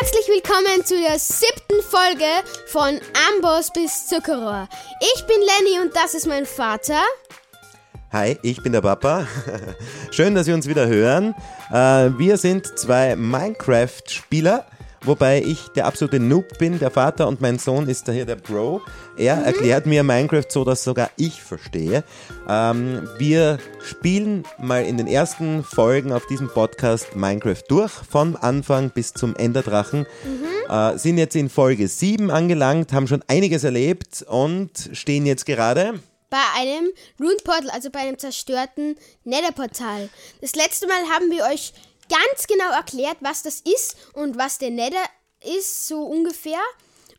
Herzlich willkommen zu der siebten Folge von Amboss bis Zuckerrohr. Ich bin Lenny und das ist mein Vater. Hi, ich bin der Papa. Schön, dass wir uns wieder hören. Äh, Wir sind zwei Minecraft-Spieler, wobei ich der absolute Noob bin. Der Vater und mein Sohn ist daher der Bro. Er erklärt mir Minecraft so, dass sogar ich verstehe. Ähm, wir spielen mal in den ersten Folgen auf diesem Podcast Minecraft durch, vom Anfang bis zum Enderdrachen. Äh, sind jetzt in Folge 7 angelangt, haben schon einiges erlebt und stehen jetzt gerade. Bei einem Rune Portal, also bei einem zerstörten Nether Portal. Das letzte Mal haben wir euch ganz genau erklärt, was das ist und was der Nether ist, so ungefähr,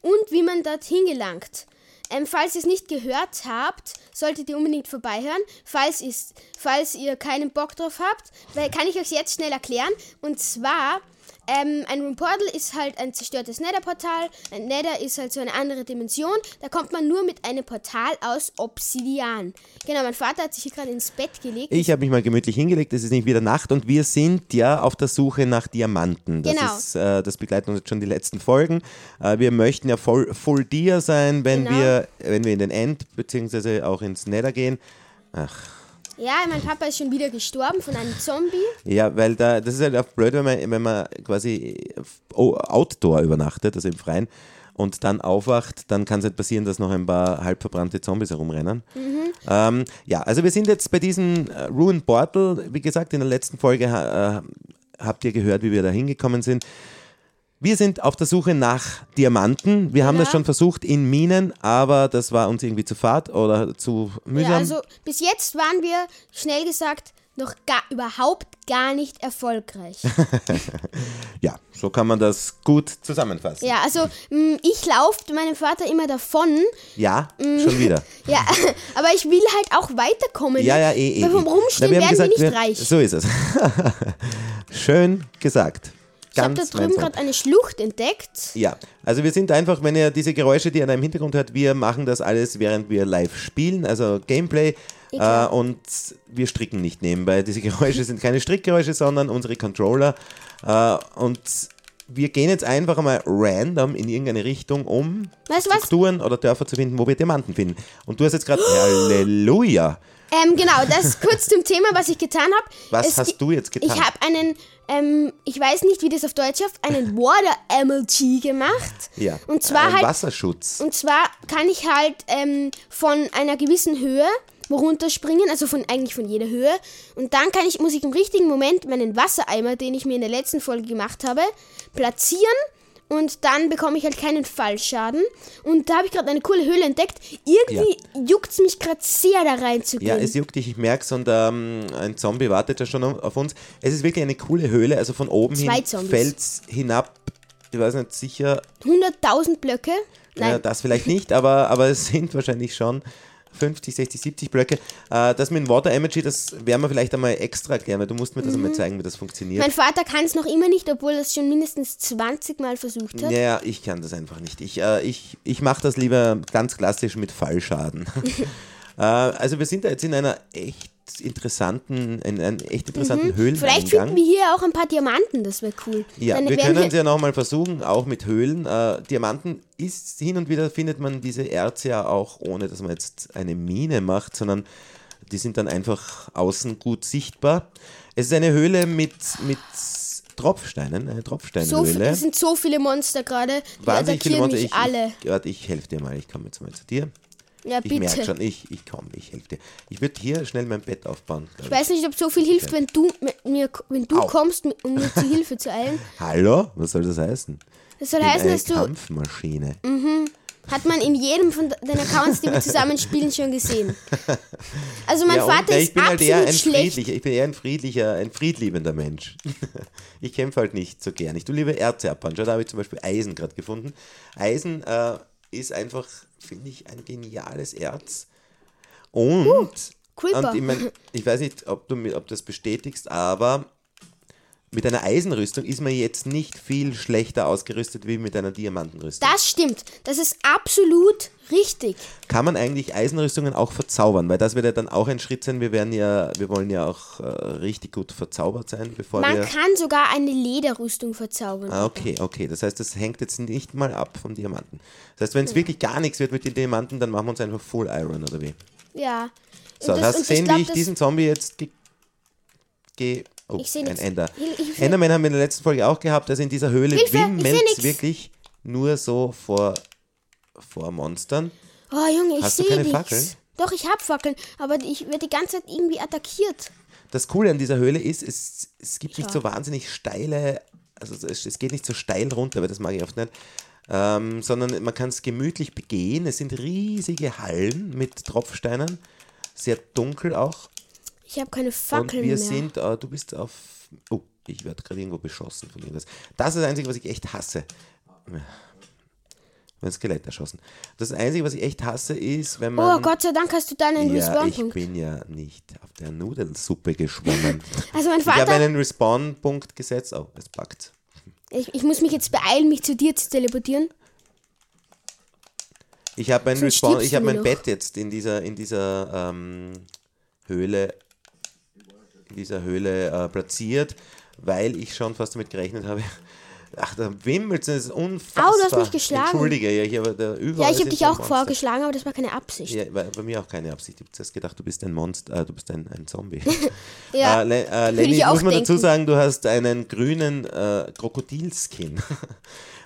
und wie man dorthin gelangt. Ähm, falls ihr es nicht gehört habt, solltet ihr unbedingt vorbeihören. Falls, ist, falls ihr keinen Bock drauf habt, weil kann ich euch jetzt schnell erklären. Und zwar, ähm, ein Room Portal ist halt ein zerstörtes Nether-Portal. Ein Nether ist halt so eine andere Dimension. Da kommt man nur mit einem Portal aus Obsidian. Genau, mein Vater hat sich hier gerade ins Bett gelegt. Ich habe mich mal gemütlich hingelegt, es ist nicht wieder Nacht und wir sind ja auf der Suche nach Diamanten. Das, Genau. ist, äh, das begleitet uns jetzt schon die letzten Folgen. Äh, wir möchten ja voll, voll dir sein, wenn, Genau. wir, wenn wir in den End bzw. auch ins Nether gehen. Ja, mein Papa ist schon wieder gestorben von einem Zombie. Ja, weil da, das ist halt auch blöd, wenn man, wenn man quasi o- outdoor übernachtet, also im Freien, und dann aufwacht, dann kann es halt passieren, dass noch ein paar halbverbrannte Zombies herumrennen. Mhm. Ähm, ja, also wir sind jetzt bei diesem äh, Ruin Portal. Wie gesagt, in der letzten Folge ha- äh, habt ihr gehört, wie wir da hingekommen sind. Wir sind auf der Suche nach Diamanten. Wir haben Ja. das schon versucht in Minen, aber das war uns irgendwie zu fad oder zu mühsam. Ja, also bis jetzt waren wir, schnell gesagt, noch gar, überhaupt gar nicht erfolgreich. ja, so kann man das gut zusammenfassen. ja, also mm, ich laufe meinem Vater immer davon. Ja, Mhm. schon wieder. Ja, aber ich will halt auch weiterkommen. Ja, ja, eh, eh. Weil vom eh. Rumstehen Na, werden haben wir nicht reich. So ist es. Schön gesagt. ich habe Ganz da drüben mein Freund. gerade eine Schlucht entdeckt. Ja, also wir sind einfach, wenn ihr diese Geräusche, die ihr da im Hintergrund hört, wir machen das alles, während wir live spielen, also Gameplay. Äh, klar. und wir stricken nicht nebenbei. Diese Geräusche sind keine Strickgeräusche, sondern unsere Controller. Äh, und wir gehen jetzt einfach mal random in irgendeine Richtung, um Weißt du was? Strukturen oder Dörfer zu finden, wo wir Diamanten finden. Und du hast jetzt gerade, Halleluja, Ähm, genau, das kurz zum Thema, was ich getan habe. was hast du jetzt getan? Ich habe einen, ähm, ich weiß nicht, wie das auf Deutsch heißt, einen Water MLG gemacht. Ja. Äh, Und zwar ein halt- Wasserschutz. Und zwar kann ich halt ähm, von einer gewissen Höhe runterspringen, also von eigentlich von jeder Höhe. Und dann kann ich, muss ich im richtigen Moment meinen Wassereimer, den ich mir in der letzten Folge gemacht habe, platzieren. Und dann bekomme ich halt keinen Fallschaden. Und da habe ich gerade eine coole Höhle entdeckt. Irgendwie juckt's mich gerade sehr, da reinzugehen. Ja, es juckt dich, ich merk's und ähm, ein Zombie wartet ja schon auf uns. Es ist wirklich eine coole Höhle, also von oben Zwei hin Zombies. fällt's hinab. Ich weiß nicht sicher, 100.000 Blöcke? ja, Nein. das vielleicht nicht, aber, aber es sind wahrscheinlich schon 50, 60, 70 Blöcke. Äh, das mit dem Water Energy, das werden wir vielleicht einmal extra erklären, weil du musst mir das Mhm. einmal zeigen, wie das funktioniert. mein Vater kann es noch immer nicht, obwohl er es schon mindestens 20 Mal versucht hat. Naja, ich kann das einfach nicht. Ich, äh, ich, ich mache das lieber ganz klassisch mit Fallschaden. äh, also wir sind da jetzt in einer echt interessanten, in einem echt interessanten Mhm. Vielleicht Höhleneingang. finden wir hier auch ein paar Diamanten, das wäre cool. ja, Dann wir werden können es ja nochmal versuchen, auch mit Höhlen. Äh, Diamanten ist, hin und wieder findet man diese Erze ja auch, ohne dass man jetzt eine Mine macht, sondern die sind dann einfach außen gut sichtbar. Es ist eine Höhle mit, mit Tropfsteinen, eine So, Tropfsteinhöhle. viel- es sind so viele Monster gerade. Die Wahnsinnig viele attackieren Monster. mich Ich, alle. Ich, warte, ich helfe dir mal. Ich komme jetzt mal zu dir. Ja, Ich merke bitte. schon, ich, ich komme, ich helfe dir. Ich würde hier schnell mein Bett aufbauen. glaub Ich weiß nicht, ob so viel hilft, wenn du mit mir, wenn du Au. kommst, mit- um mir zu Hilfe zu eilen. Hallo? Was soll das heißen? Das soll Ich bin heißen, eine dass du, Kampfmaschine. hat man in jedem von den Accounts, die wir zusammen spielen, schon gesehen. Also mein Ja, und, Vater na, ist ich bin halt absolut eher ein schlecht. friedlicher, ich bin eher ein friedlicher, ein friedliebender Mensch. ich kämpfe halt nicht so gern. Ich tue lieber Erze abbauen. Schau, da habe ich zum Beispiel Eisen gerade gefunden. Eisen äh, ist einfach, finde ich, ein geniales Erz. Und, Creeper. und ich, mein, ich weiß nicht, ob du mir, ob das bestätigst, aber mit einer Eisenrüstung ist man jetzt nicht viel schlechter ausgerüstet wie mit einer Diamantenrüstung. Das stimmt. Das ist absolut richtig. Kann man eigentlich Eisenrüstungen auch verzaubern? Weil das wird ja dann auch ein Schritt sein. Wir werden ja, wir wollen ja auch äh, richtig gut verzaubert sein, bevor Man wir. kann sogar eine Lederrüstung verzaubern. Ah, okay, okay. Das heißt, das hängt jetzt nicht mal ab vom Diamanten. Das heißt, wenn Hm. es wirklich gar nichts wird mit den Diamanten, dann machen wir uns einfach Full Iron oder wie? Ja. So, Und das- hast du und ich gesehen, glaub, wie ich das- diesen Zombie jetzt ge... ge oh, Ich seh ein nix. Ender. Ich- ich- Enderman haben wir in der letzten Folge auch gehabt, also in dieser Höhle Hilfe, ich seh wimmelt nix. wirklich nur so vor, vor Monstern. Oh Junge, ich Hast du sehe keine nichts. Fackeln? Doch, ich hab Fackeln, aber ich werde die ganze Zeit irgendwie attackiert. Das Coole an dieser Höhle ist, es, es gibt nicht so wahnsinnig steile, also es, es geht nicht so steil runter, weil das mag ich oft nicht, ähm, sondern man kann es gemütlich begehen. Es sind riesige Hallen mit Tropfsteinen, sehr dunkel auch. Ich habe keine Und Fackeln wir mehr. sind, äh, du bist auf. Oh, ich werde gerade irgendwo beschossen von irgendwas. Das ist das Einzige, was ich echt hasse. Mein Skelett erschossen. Das Einzige, was ich echt hasse, ist, wenn oh, man. Gott sei Dank hast du deinen ja, ich Respawn-Punkt. bin ja nicht auf der Nudelsuppe geschwommen. Also mein ich habe Vater, einen Respawn-Punkt gesetzt. Oh, es packt. ich, ich muss mich jetzt beeilen, mich zu dir zu teleportieren. Ich habe mein Sonst Respawn, stirbst ich du habe mir mein noch. Bett jetzt in dieser, in dieser ähm, Höhle, in dieser Höhle äh, platziert, weil ich schon fast damit gerechnet habe. Ach, da wimmelt es, das ist unfassbar. Au, du hast mich geschlagen. Entschuldige, ja, hier war der überall. Ja, ich habe sind dich so auch Monster. vorgeschlagen, aber das war keine Absicht. Ja, war bei mir auch keine Absicht. Ich habe zuerst gedacht, du bist ein Monster, äh, du bist ein, ein Zombie. Ja, äh, Le äh, Lenny, ich auch muss man dazu denken. sagen, du hast einen grünen äh, Krokodilskin.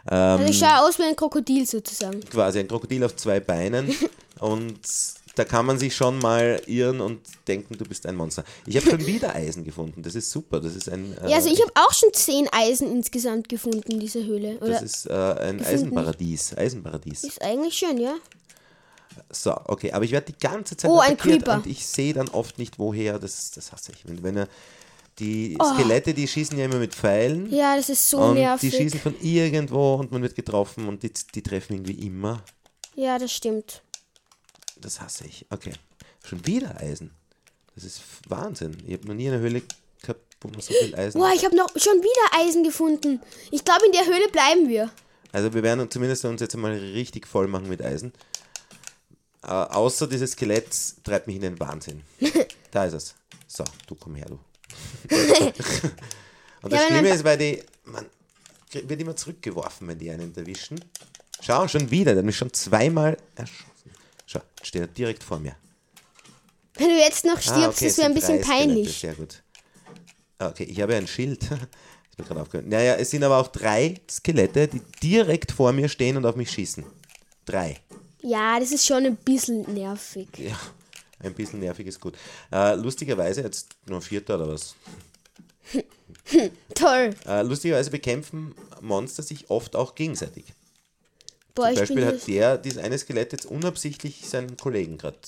also ähm, ich schaue aus wie ein Krokodil sozusagen. quasi ein Krokodil auf zwei Beinen und da kann man sich schon mal irren und denken, du bist ein Monster. Ich habe schon wieder Eisen gefunden. Das ist super. Das ist ein äh, Ja, also ich habe auch schon zehn Eisen insgesamt gefunden in dieser Höhle. Oder das ist äh, ein Eisenparadies. Eisenparadies. ist eigentlich schön, ja? So, okay. Aber ich werde die ganze Zeit Oh, ein attackiert Creeper. und ich sehe dann oft nicht woher. Das, das hasse ich. Wenn, wenn er, die Skelette, die schießen ja immer mit Pfeilen. Oh. Ja, das ist so Und die nervig. schießen von irgendwo und man wird getroffen und die, die treffen irgendwie immer. Ja, das stimmt. Das hasse ich. Okay. Schon wieder Eisen. Das ist f- Wahnsinn. Ich habe noch nie eine Höhle gehabt, wo man so viel Eisen Boah, ich habe noch schon wieder Eisen gefunden. Ich glaube, in der Höhle bleiben wir. Also wir werden zumindest uns jetzt mal richtig voll machen mit Eisen. Äh, außer dieses Skelett treibt mich in den Wahnsinn. da ist es. So, du komm her, du. Und das Ja, wenn Schlimme man- ist, weil die, man krie- wird immer zurückgeworfen, wenn die einen erwischen. Schau, schon wieder, der hat mich schon zweimal erschossen. Schau, steht er direkt vor mir. Wenn du jetzt noch stirbst, Ah, okay, ist es mir ein sind bisschen drei Skelette, peinlich. Sehr gut. Ah, Okay, ich habe ja ein Schild. Ist mir gerade aufgehört. Naja, es sind aber auch drei Skelette, die direkt vor mir stehen und auf mich schießen. Drei. Ja, das ist schon ein bisschen nervig. Ja, ein bisschen nervig ist gut. Äh, lustigerweise, jetzt nur Vierter oder was? Toll. Äh, lustigerweise bekämpfen Monster sich oft auch gegenseitig. Boah, Zum ich bin Beispiel hat hier. der, dieses eine Skelett, jetzt unabsichtlich seinen Kollegen gerade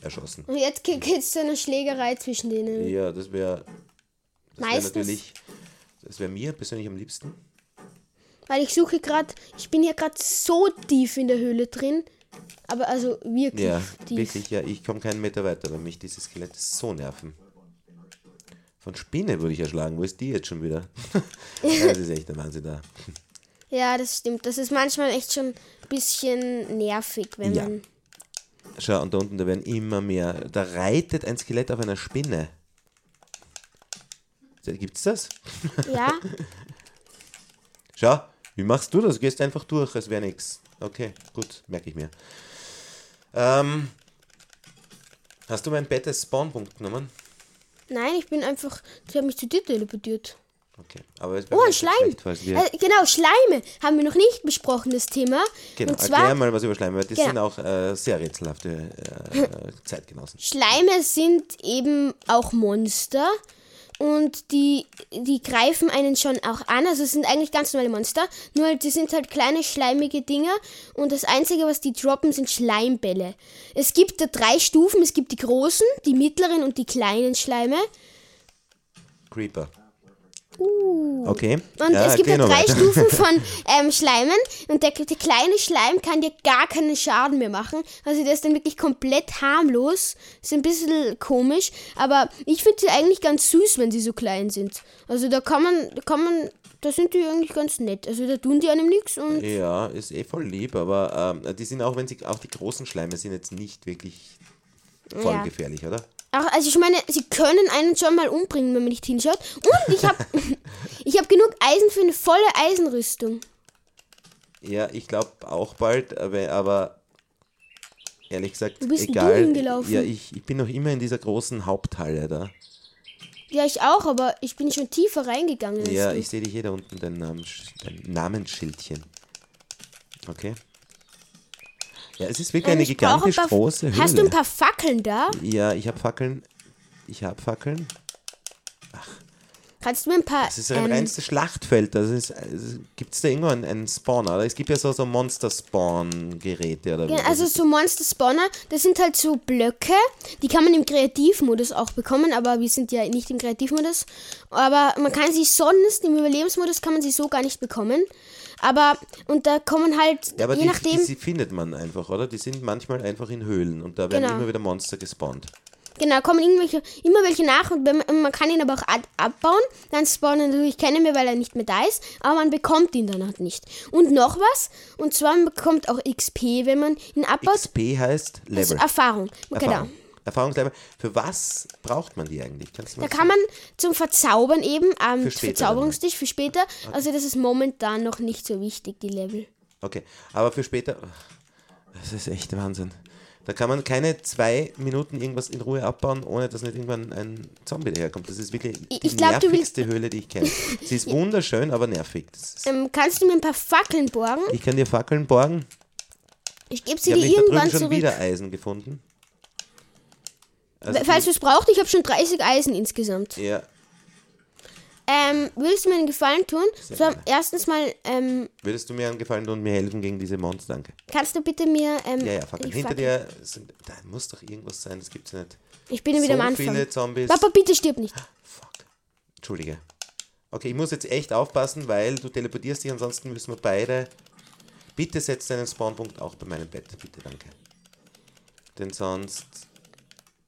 erschossen. Und jetzt geht es zu einer Schlägerei zwischen denen. Ja, das wäre wär Mhm. Meistens, natürlich, das wäre mir persönlich am liebsten. weil ich suche gerade, ich bin hier gerade so tief in der Höhle drin. Aber also wirklich Ja, tief. wirklich, ja. Ich komme keinen Meter weiter, weil mich diese Skelette so nerven. Von Spinne würde ich erschlagen. Wo ist die jetzt schon wieder? ja, das ist echt der Wahnsinn da. Ja, das stimmt. Das ist manchmal echt schon ein bisschen nervig, wenn Ja. man. Schau, und da unten, da werden immer mehr. Da reitet ein Skelett auf einer Spinne. Da Gibt's das? Ja, Schau, wie machst du das? Du gehst einfach durch, es wäre nix. Okay, gut, merke ich mir. Ähm, hast du mein Bett als Spawnpunkt genommen? nein, ich bin einfach. Ich habe mich zu dir teleportiert. Okay, aber es Oh, ein Schleim. falls wir Äh, genau, Schleime haben wir noch nicht besprochen, das Thema. Genau, Und zwar, erklär mal was über Schleim, weil das Genau. sind auch äh, sehr rätselhafte äh, äh, Zeitgenossen. Schleime sind eben auch Monster. Und die, die greifen einen schon auch an. Also es sind eigentlich ganz normale Monster. Nur halt, die sind halt kleine schleimige Dinger. Und das Einzige, was die droppen, sind Schleimbälle. Es gibt da drei Stufen. Es gibt die großen, die mittleren und die kleinen Schleime. Creeper. Uh. Okay. Und Ja, es gibt erklär ja noch drei weiter. Stufen von ähm, Schleimen und der, der kleine Schleim kann dir gar keinen Schaden mehr machen. Also der ist dann wirklich komplett harmlos. Ist ein bisschen komisch, aber ich finde sie eigentlich ganz süß, wenn sie so klein sind. Also da kann man, da kann man, da sind die eigentlich ganz nett. Also da tun die einem nichts und Ja, ist eh voll lieb, aber ähm, die sind auch, wenn sie auch die großen Schleime sind jetzt nicht wirklich voll Ja. gefährlich, oder? Ach, also ich meine, sie können einen schon mal umbringen, wenn man nicht hinschaut. Und ich habe ich hab genug Eisen für eine volle Eisenrüstung. Ja, ich glaube auch bald, aber, aber ehrlich gesagt, Wo bist denn du egal. hingelaufen? Ja, ich, ich bin noch immer in dieser großen Haupthalle da. Ja, ich auch, aber ich bin schon tiefer reingegangen. als Ja, du. ich sehe dich hier da unten, dein, Namens, dein Namensschildchen. Okay. Ja, es ist wirklich Ähm, eine ich brauche gigantisch ein paar- große Höhle. Hast du ein paar Fackeln da? ja, ich habe Fackeln. Ich habe Fackeln. Kannst du mir ein paar. ähm, Es ist ein reinstes Schlachtfeld. Das ist, also, Gibt es da irgendwo einen, einen Spawn? Oder? Es gibt ja so, so Monster-Spawn-Geräte. Oder wie Ja, das also ist. so Monster Spawner, das sind halt so Blöcke, die kann man im Kreativmodus auch bekommen, aber wir sind ja nicht im Kreativmodus. Aber man kann sie sonst im Überlebensmodus kann man sie so gar nicht bekommen. Aber und da kommen halt ja, aber je die, nachdem Die, die findet man einfach, oder? Die sind manchmal einfach in Höhlen und da werden Genau. immer wieder Monster gespawnt. Genau, kommen irgendwelche, immer welche nach und wenn, man- man kann ihn aber auch ad, abbauen. Dann spawnen natürlich keine mehr, weil er nicht mehr da ist. Aber man bekommt ihn dann halt nicht. Und noch was, und zwar man bekommt auch XP, wenn man ihn abbaut. XP heißt Also Level. Erfahrung. Erfahrung. Genau. Erfahrungslevel. Für was braucht man die eigentlich? Kannst du Da mal kann man zum Verzaubern eben am später Verzauberungstisch für später. Also das ist momentan noch nicht so wichtig, die Level. Okay, aber für später. Das ist echt Wahnsinn. Da kann man keine zwei Minuten irgendwas in Ruhe abbauen, ohne dass nicht irgendwann ein Zombie daherkommt. Das ist wirklich die Ich- ich glaub, du nervigste Höhle, die ich kenne. Sie ist wunderschön, aber nervig. Das ist, Ähm, kannst du mir ein paar Fackeln borgen? ich kann dir Fackeln borgen. Ich gebe sie Ich habe dir mich da irgendwann drüben schon zurück. wieder Eisen gefunden. Also Falls du es brauchst, ich habe schon 30 Eisen insgesamt. die, ja, Ähm, würdest du mir einen Gefallen tun? So, gerne. erstens mal, ähm, würdest du mir einen Gefallen tun und mir helfen gegen diese Monster? Danke. kannst du bitte mir. Ähm, Ja, ja, Fackeln. die Hinter Fackel- dir sind, da muss doch irgendwas sein, das gibt's ja nicht. Ich bin wieder so am Anfang. viele Zombies. Papa, bitte stirb nicht. Fuck. Entschuldige. Okay, ich muss jetzt echt aufpassen, weil du teleportierst dich, ansonsten müssen wir beide. Bitte setz deinen Spawnpunkt auch bei meinem Bett. Bitte, danke. Denn sonst.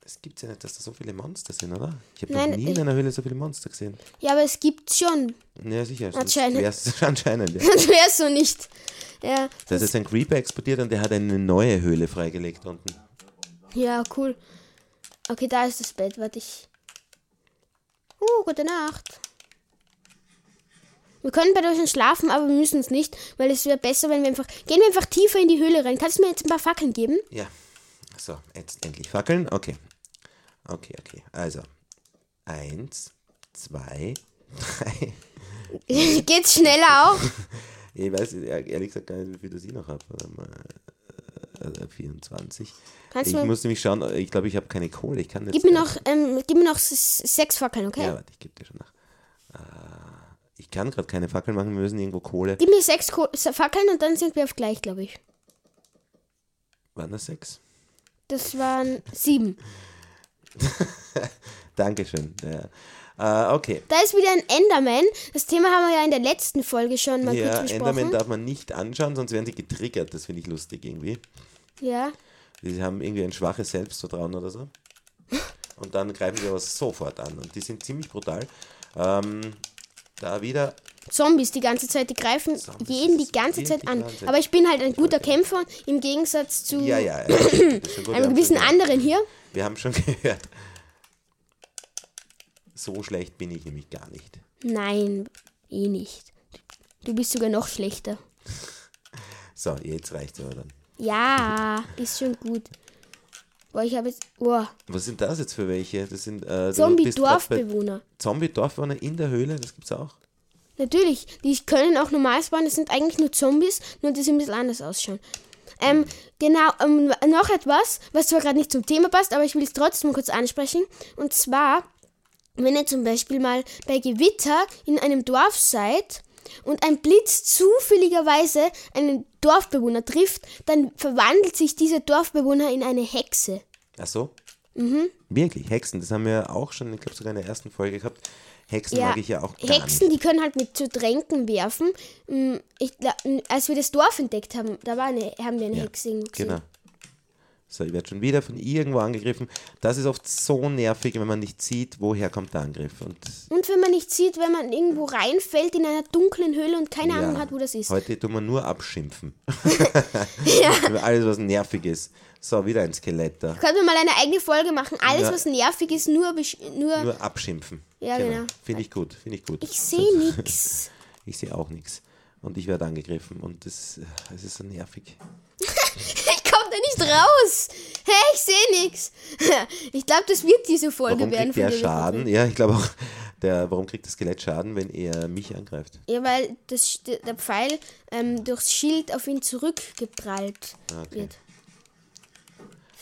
Es gibt ja nicht, dass da so viele Monster sind, oder? Ich habe noch Nein, nie in ich- einer Höhle so viele Monster gesehen. Ja, aber es gibt's schon. Ja, sicher. sonst Anscheinend. wär's- anscheinend ja. Das wär's so nicht. Ja, Das ist ein Creeper explodiert und der hat eine neue Höhle freigelegt unten. ja, cool. Okay, da ist das Bett. Warte ich. Uh, gute Nacht. Wir können bei dir schon schlafen, aber wir müssen es nicht, weil es wäre besser, wenn wir einfach. Gehen wir einfach tiefer in die Höhle rein. Kannst du mir jetzt ein paar Fackeln geben? Ja. So, jetzt endlich fackeln. Okay. Okay, okay. Also. Eins, zwei, drei. Geht's schneller auch? Ich weiß ehrlich gesagt gar nicht, wie viel das ich noch habe. Also 24. Kannst ich du- muss nämlich schauen, äh, ich glaube, ich habe keine Kohle. Ich kann jetzt. äh, Gib mir noch, ähm, gib mir noch s- sechs Fackeln, okay? Ja, warte, ich gebe dir schon nach. Ah, Ich kann gerade keine Fackeln machen, wir müssen irgendwo Kohle. Gib mir sechs Ko s- Fackeln und dann sind wir auf gleich, glaube ich. Waren das sechs? Das waren sieben. Dankeschön. Ja. Ah, okay. Da ist wieder ein Enderman. Das Thema haben wir ja in der letzten Folge schon mal Ja, kurz Enderman besprochen. darf man nicht anschauen, sonst werden sie getriggert. Das finde ich lustig irgendwie. ja. Die haben irgendwie ein schwaches Selbstvertrauen oder so. Und dann greifen sie aber sofort an. Und die sind ziemlich brutal. Ähm, da wieder Zombies die ganze Zeit, die greifen Zombies, jeden die das ganze geht Zeit die an. ganze Zeit. Aber ich bin halt ein guter Kämpfer im Gegensatz zu Ja, ja, ja. das ist schon gut, wir einem haben gewissen schon gehört. anderen hier. Wir haben schon gehört. So schlecht bin ich nämlich gar nicht. Nein, eh nicht. Du bist sogar noch schlechter. So, jetzt reicht's aber dann. Ja, ist schon gut. Boah, ich habe jetzt. Boah, Was sind das jetzt für welche? Das sind äh, du bist grad bei- Zombie-Dorfbewohner. Zombie-Dorfbewohner in der Höhle, das gibt's auch. Natürlich, die können auch normal spawnen, das sind eigentlich nur Zombies, nur die sind ein bisschen anders ausschauen. Ähm, genau, ähm, noch etwas, was zwar gerade nicht zum Thema passt, aber ich will es trotzdem kurz ansprechen. Und zwar, wenn ihr zum Beispiel mal bei Gewitter in einem Dorf seid und ein Blitz zufälligerweise einen Dorfbewohner trifft, dann verwandelt sich dieser Dorfbewohner in eine Hexe. Ach so? Mhm. Wirklich, Hexen, das haben wir auch schon, ich glaube sogar in der ersten Folge gehabt. Hexen Ja. mag ich ja auch gar Hexen, die können halt mit so Tränken werfen. Mm, Ich, glaub, mm, als wir das Dorf entdeckt haben, da war eine, haben wir eine nicht. Hexe gesehen. Genau. So, ich werde schon wieder von irgendwo angegriffen. Das ist oft so nervig, wenn man nicht sieht, woher kommt der Angriff. Und Und wenn man nicht sieht, wenn man irgendwo reinfällt in einer dunklen Höhle und keine Ahnung hat, wo das ist. Heute tun wir nur abschimpfen. Über alles, was nervig ist. So, wieder ein Skelett da. Können wir mal eine eigene Folge machen? Alles, Ja. was nervig ist, nur. besch- nur, Nur abschimpfen. Ja, genau. Finde ich gut, finde ich gut. ich sehe nichts. Ich sehe auch nichts. Und ich werde angegriffen. Und das, das ist so nervig. Ich komme da nicht raus. Hey, ich sehe nichts. Ich glaube, das wird diese Folge Warum werden. kriegt von der der wir- Schaden? Ja, ich glaube auch. Der, warum kriegt das Skelett Schaden, wenn er mich angreift? Ja, weil das, der Pfeil ähm, durchs Schild auf ihn zurückgeprallt Okay. wird.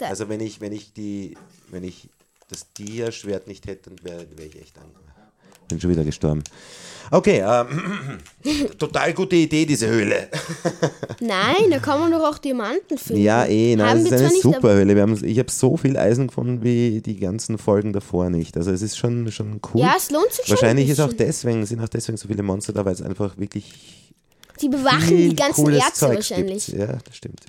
Also wenn ich, wenn ich die, wenn ich das Dia-Schwert nicht hätte, dann wäre wär ich echt angegriffen. Bin schon wieder gestorben. Okay, ähm, total gute Idee, diese Höhle. Nein, da kann man doch auch Diamanten finden. Ja, eh, nein, Haben es ist wir zwar eine nicht, super Höhle. Wir haben, ich habe so viel Eisen gefunden wie die ganzen Folgen davor nicht. Also es ist schon, schon cool. Ja, es lohnt sich schon Wahrscheinlich ein ist auch bisschen. deswegen, sind auch deswegen so viele Monster da, weil es einfach wirklich Die bewachen viel die ganzen cooles Erze Zeug wahrscheinlich. Gibt. Ja, das stimmt.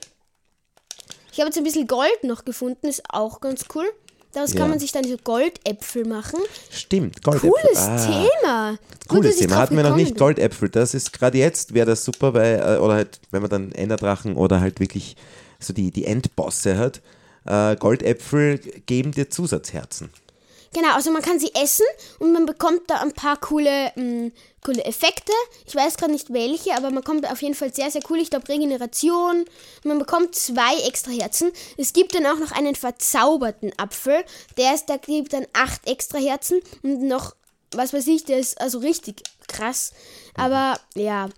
Ich habe jetzt ein bisschen Gold noch gefunden, ist auch ganz cool. Daraus Ja. kann man sich dann so Goldäpfel machen. Stimmt, Goldäpfel. Cooles ah, Thema. Gut, Cooles dass ich Thema. drauf Hatten wir noch gekommen nicht bin. Goldäpfel. Das ist gerade jetzt wäre das super, weil, äh, oder halt, wenn man dann Enderdrachen oder halt wirklich so die, die Endbosse hat. Äh, Goldäpfel geben dir Zusatzherzen. Genau, also man kann sie essen und man bekommt da ein paar coole, mh, coole Effekte. Ich weiß gerade nicht welche, aber man kommt auf jeden Fall sehr, sehr cool. Ich glaube Regeneration. Man bekommt zwei extra Herzen. Es gibt dann auch noch einen verzauberten Apfel. Der ist, da gibt dann acht extra Herzen und noch, was weiß ich, der ist also richtig krass. Aber ja.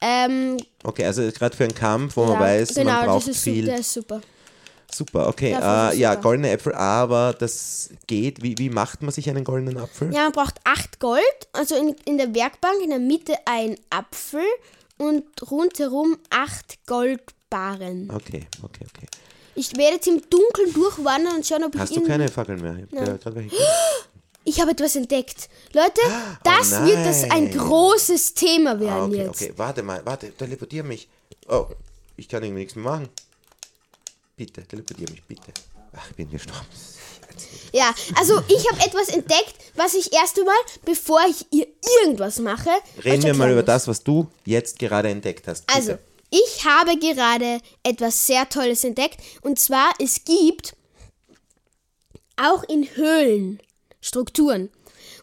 Ähm, Okay, also gerade für einen Kampf, wo ja, man weiß, genau, man braucht das ist su- viel. Der ist super. Super, okay. Ja, voll Äh, ja, super. goldene Äpfel, aber das geht. Wie, wie macht man sich einen goldenen Apfel? Ja, man braucht 8 Gold, also in, in der Werkbank in der Mitte ein Apfel und rundherum 8 Goldbarren. Okay, okay, okay. Ich werde jetzt im Dunkeln durchwandern und schauen, ob Hast ich du irgendwie- keine Fackeln mehr? Ich hab ja gerade welche gekriegt. Ich habe etwas entdeckt. Leute, das Ah, oh nein. wird das ein großes Thema Ah, werden okay, jetzt. okay. Warte mal, warte, teleportier mich. Oh, ich kann irgendwie nichts mehr machen. Bitte, teleportier mich, bitte. Ach, ich bin gestorben. Ja, also ich habe etwas entdeckt, was ich erst einmal, bevor ich ihr irgendwas mache, also Reden euch wir mal erklären über muss. das, was du jetzt gerade entdeckt hast. Bitte. Also, ich habe gerade etwas sehr Tolles entdeckt. Und zwar, es gibt auch in Höhlen Strukturen.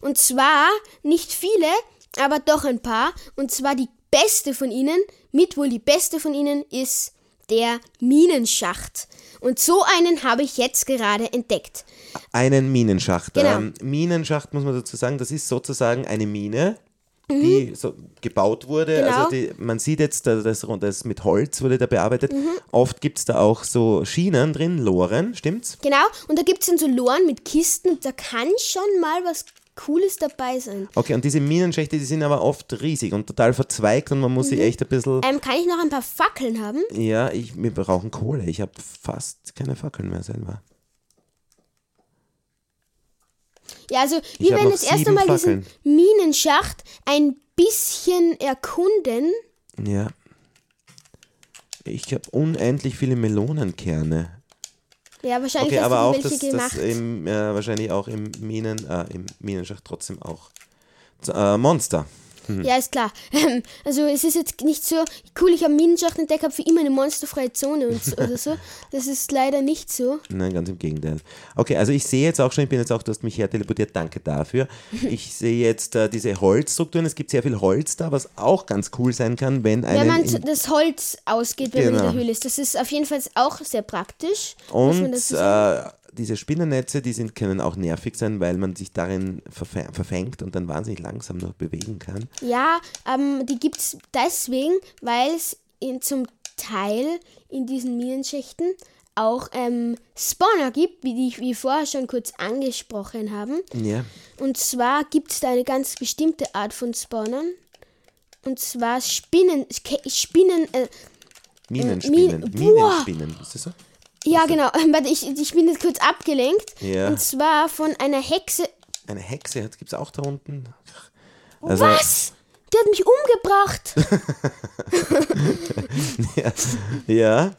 Und zwar nicht viele, aber doch ein paar. Und zwar die beste von ihnen, mit wohl die beste von ihnen, ist der Minenschacht. Und so einen habe ich jetzt gerade entdeckt. Einen Minenschacht. Genau. Ähm, Minenschacht muss man dazu sagen, das ist sozusagen eine Mine, die so gebaut wurde. Mhm. Genau. Also die, man sieht jetzt, da- das, das mit Holz wurde da bearbeitet. Mhm. Oft gibt es da auch so Schienen drin, Loren, stimmt's? Genau, und da gibt es dann so Loren mit Kisten und da kann schon mal was Cooles dabei sein. Okay, und diese Minenschächte, die sind aber oft riesig und total verzweigt und man muss sie echt ein bisschen. Ähm, kann ich noch ein paar Fackeln haben? Ja, ich, wir brauchen Kohle. Ich habe fast keine Fackeln mehr selber. Ja, also wir hab werden noch jetzt erst sieben einmal diesen Minenschacht ein bisschen erkunden. Ja. Ich habe unendlich viele Melonenkerne. Ja, wahrscheinlich Okay, hast aber du auch welche das, gemacht. das im, äh, wahrscheinlich auch im Minen, äh, im Minenschacht trotzdem auch Z- äh, Monster. Ja, ist klar. Ähm, Also es ist jetzt nicht so cool, ich habe Minenschacht entdeckt, habe für immer eine monsterfreie Zone und so, oder so. Das ist leider nicht so. Nein, ganz im Gegenteil. Okay, also ich sehe jetzt auch schon, ich bin jetzt auch, du hast mich her teleportiert, danke dafür. Ich sehe jetzt äh, diese Holzstrukturen, es gibt sehr viel Holz da, was auch ganz cool sein kann, wenn Wenn einen man in- so das Holz ausgeht, wenn man in Genau. der Höhle ist. Das ist auf jeden Fall auch sehr praktisch. muss man Und dazu sagen. äh, diese Spinnernetze, die sind, können auch nervig sein, weil man sich darin verfe- verfängt und dann wahnsinnig langsam noch bewegen kann. Ja, ähm, die gibt es deswegen, weil es in- zum Teil in diesen Minenschächten auch ähm, Spawner gibt, wie die wir vorher schon kurz angesprochen haben. Ja. Und zwar gibt es da eine ganz bestimmte Art von Spawnern. Und zwar Spinnen, Ke- Spinnen, äh, Minenspinnen. Min- Äh, Boah. Minenspinnen. Ist das so? Ja, genau. Warte, ich, ich bin jetzt kurz abgelenkt. Ja. Und zwar von einer Hexe. Eine Hexe hat- gibt's auch da unten. Also Was? Die hat mich umgebracht. Ja.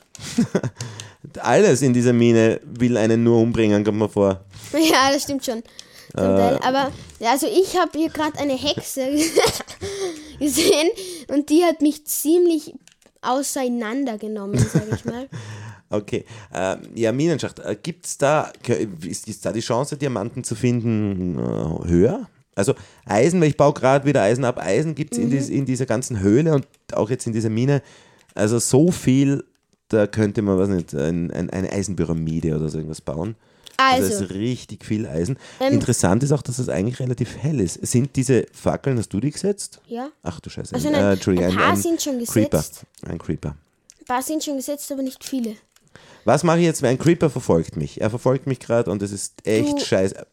Alles in dieser Mine will einen nur umbringen, kommt mir vor. ja, das stimmt schon. Zum Äh. Teil. Aber, ja, also ich habe hier gerade eine Hexe gesehen und die hat mich ziemlich auseinandergenommen, sage ich mal. Okay. Ähm, ja, Minenschacht. Äh, gibt's da, kö- ist, ist da die Chance, Diamanten zu finden, äh, höher? Also Eisen, weil ich baue gerade wieder Eisen ab. Eisen gibt's in, dies, in dieser ganzen Höhle und auch jetzt in dieser Mine. Also so viel, da könnte man, weiß nicht, ein, ein, eine Eisenpyramide oder so irgendwas bauen. Also, Also. es ist richtig viel Eisen. Interessant ist auch, dass es eigentlich relativ hell ist. Sind diese Fackeln, hast du die gesetzt? Ja. Ach du Scheiße. Also nein, Entschuldigung, ein paar sind schon Creeper. gesetzt. Ein Creeper. Ein paar sind schon gesetzt, aber nicht viele. Was mache ich jetzt, wenn ein Creeper verfolgt mich? Er verfolgt mich gerade und es ist echt Du- scheiße.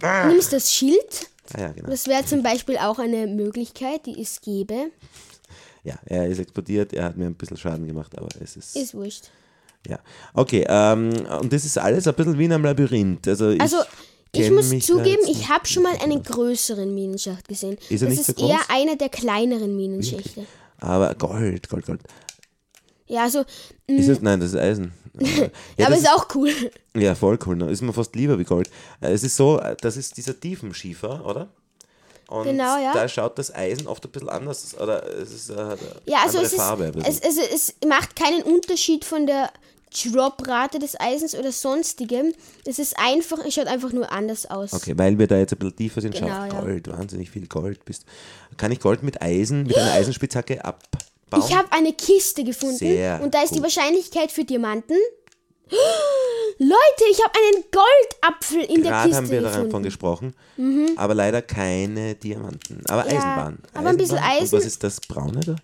Du nimmst das Schild. Ah ja, genau. Das wäre zum Beispiel auch eine Möglichkeit, die es gäbe. Ja, er ist explodiert, er hat mir ein bisschen Schaden gemacht, aber es ist. Ist wurscht. ja. Okay, ähm, und das ist alles ein bisschen wie in einem Labyrinth. Also, ich Also, ich kenn muss mich da zugeben, jetzt ich habe schon mal einen größeren Minenschacht gesehen. Ist er das nicht ist so groß? eher einer der kleineren Minenschächte. Aber Gold, Gold, Gold. Ja, also, mh, Ist es, nein, das ist Eisen. Ja, aber das ist auch cool. Ja, voll cool. Ne? Ist mir fast lieber wie Gold. Äh, Es ist so, äh, das ist dieser Tiefenschiefer, oder? Und Genau, ja. da schaut das Eisen oft ein bisschen anders. Oder es ist äh, hat eine Ja, also andere es, ist, Farbe. ein bisschen. es, es, es macht keinen Unterschied von der Drop-Rate des Eisens oder sonstigem. Es ist einfach, es schaut einfach nur anders aus. okay, weil wir da jetzt ein bisschen tiefer sind, Genau, schaut ja. Gold, wahnsinnig viel Gold bist. Kann ich Gold mit Eisen, mit einer Eisenspitzhacke abbauen? Ich habe eine Kiste gefunden Sehr und da ist die gut. Wahrscheinlichkeit für Diamanten. Leute, ich habe einen Goldapfel in der Gerade Kiste haben wir gefunden. Mhm. davon gesprochen, aber leider keine Diamanten. Aber Ja, Eisenbahn. aber ein bisschen Eisenbahn. Eisen. Und was ist das Braune da?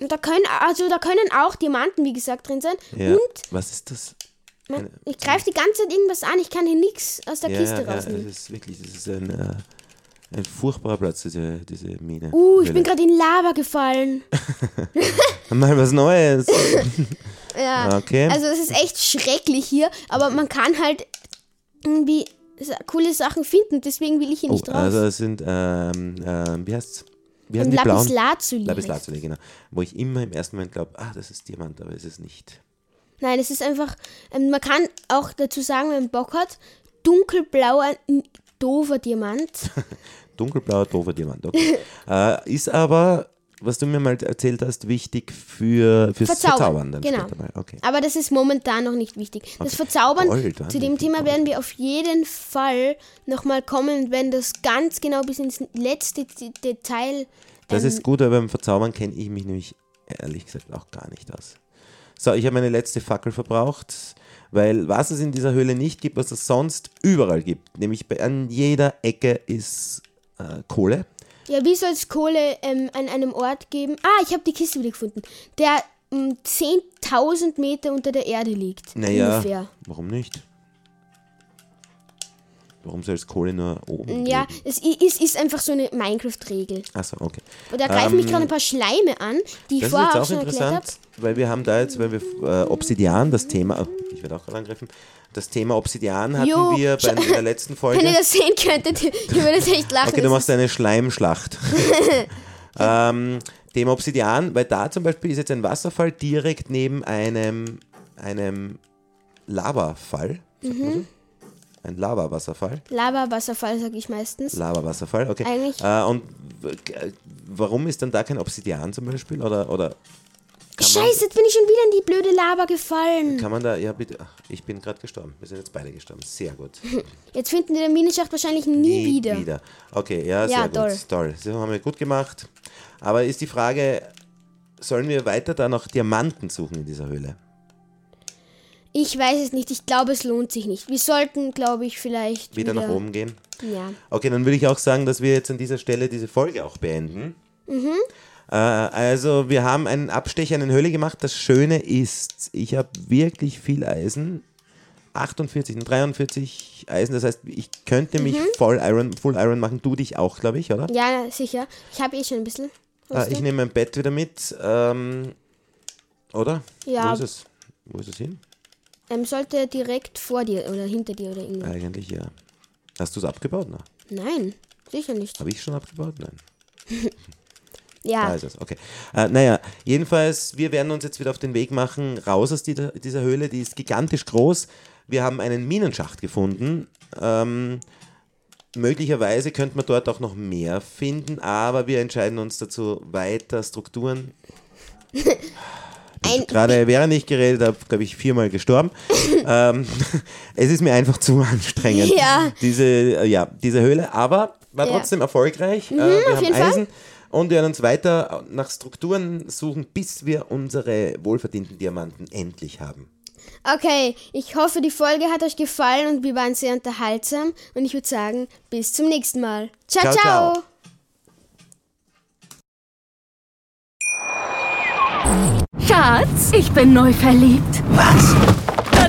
Und da können also da können auch Diamanten, wie gesagt, drin sein. Ja. Und was ist das? man, ich greife die ganze Zeit irgendwas an, ich kann hier nichts aus der Kiste ja, es rausnehmen. ist wirklich, das ist ein, äh, ein furchtbarer Platz, diese, diese Mine. uh, ich bin gerade in Lava gefallen. Mal was Neues. Ja. Okay. Also es ist echt schrecklich hier, aber man kann halt irgendwie sa- coole Sachen finden, deswegen will ich hier oh, nicht raus. also es sind, ähm, ähm, wie heißt's? Wie heißen Und die blauen? Lapislazuli. Lapislazuli, genau. Wo ich immer im ersten Moment glaube, ah, das ist Diamant, aber es ist nicht. Nein, es ist einfach, ähm, man kann auch dazu sagen, wenn man Bock hat, dunkelblauer, n- doofer Diamant. Dunkelblauer, doofer Diamant. Okay. äh, ist aber, was du mir mal erzählt hast, wichtig für, fürs Verzaubern, Verzaubern. dann genau. später mal. Okay. Aber das ist momentan noch nicht wichtig. Das Verzaubern, Gold, Wahnsinn, zu dem viel Thema Gold. werden wir auf jeden Fall nochmal kommen, wenn das ganz genau bis ins letzte D- Detail. Das ähm, ist gut, aber beim Verzaubern kenne ich mich nämlich ehrlich gesagt auch gar nicht aus. So, ich habe meine letzte Fackel verbraucht, weil was es in dieser Höhle nicht gibt, was es sonst überall gibt, nämlich bei, an jeder Ecke ist äh, Kohle. Ja, wie soll es Kohle ähm, an einem Ort geben? Ah, ich habe die Kiste wieder gefunden. Der ähm, 10.000 Meter unter der Erde liegt. Naja, Ungefähr. warum nicht? Warum soll es Kohle nur oben Ja, geben? es i- ist, ist einfach so eine Minecraft-Regel. Achso, okay. Und da greifen mich gerade ein paar Schleime an, die ich Ähm, Das ist jetzt vorher auch auch schon erklärt habe. interessant, weil wir haben da jetzt, weil wir äh, Obsidian, das Thema, oh, ich werde auch gerade angreifen, das Thema Obsidian hatten Jo, wir bei, in der letzten Folge. Wenn ihr das sehen könntet, ihr würdet echt lachen. Okay, du Es machst eine Schleimschlacht. ähm, dem Obsidian, weil da zum Beispiel ist jetzt ein Wasserfall direkt neben einem, einem Lavafall. sagt man so? Ein Lavawasserfall. ist Lava-Wasserfall, sage ich meistens. Lavawasserfall, okay. Eigentlich- Äh, und w- äh, warum ist dann da kein Obsidian zum Beispiel? Oder, oder kann, man, Scheiße, jetzt bin ich schon wieder in die blöde Lava gefallen. kann man da, ja bitte, ach, ich bin gerade gestorben. Wir sind jetzt beide gestorben. Sehr gut. Jetzt finden wir den Minenschacht wahrscheinlich nie, Nie wieder. Okay, ja, sehr Ja, gut. toll. Toll. Das haben wir gut gemacht. Aber ist die Frage, sollen wir weiter da nach Diamanten suchen in dieser Höhle? Ich weiß es nicht, ich glaube, es lohnt sich nicht. Wir sollten, glaube ich, vielleicht Wieder nach oben gehen? Ja. Okay, dann würde ich auch sagen, dass wir jetzt an dieser Stelle diese Folge auch beenden. Mhm. Äh, also, wir haben einen Abstecher in eine Höhle gemacht. Das Schöne ist, ich habe wirklich viel Eisen. 48, und 43 Eisen. Das heißt, ich könnte mich Mhm. voll Iron, Full Iron machen. Du dich auch, glaube ich, oder? Ja, na, sicher. Ich habe eh schon ein bisschen. Ah, Hast ich du? nehme mein Bett wieder mit. Ähm, oder? Ja. So ist es. Wo ist es hin? Ähm, sollte direkt vor dir oder hinter dir oder irgendwo. Eigentlich ja. Hast du es abgebaut? Na, Nein, sicher nicht. habe ich schon abgebaut? Nein. Da Ja, ist es, okay. Äh, naja, jedenfalls, wir werden uns jetzt wieder auf den Weg machen, raus aus dieser, dieser Höhle, die ist gigantisch groß. Wir haben einen Minenschacht gefunden. Ähm, möglicherweise könnte man dort auch noch mehr finden, aber wir entscheiden uns dazu, weiter Strukturen. Ein- Gerade während ich geredet habe, glaube ich, viermal gestorben. ähm, es ist mir einfach zu anstrengend, Ja. diese, äh, ja, diese Höhle, aber war Ja. Mhm, trotzdem erfolgreich. äh, wir auf haben jeden Fall. Eisen und werden uns weiter nach Strukturen suchen, bis wir unsere wohlverdienten Diamanten endlich haben. okay. Ich hoffe, die Folge hat euch gefallen und wir waren sehr unterhaltsam. Und ich würde sagen, bis zum nächsten Mal. Ciao, Ciao, ciao. ciao. ciao. Schatz, ich bin neu verliebt. Was? Da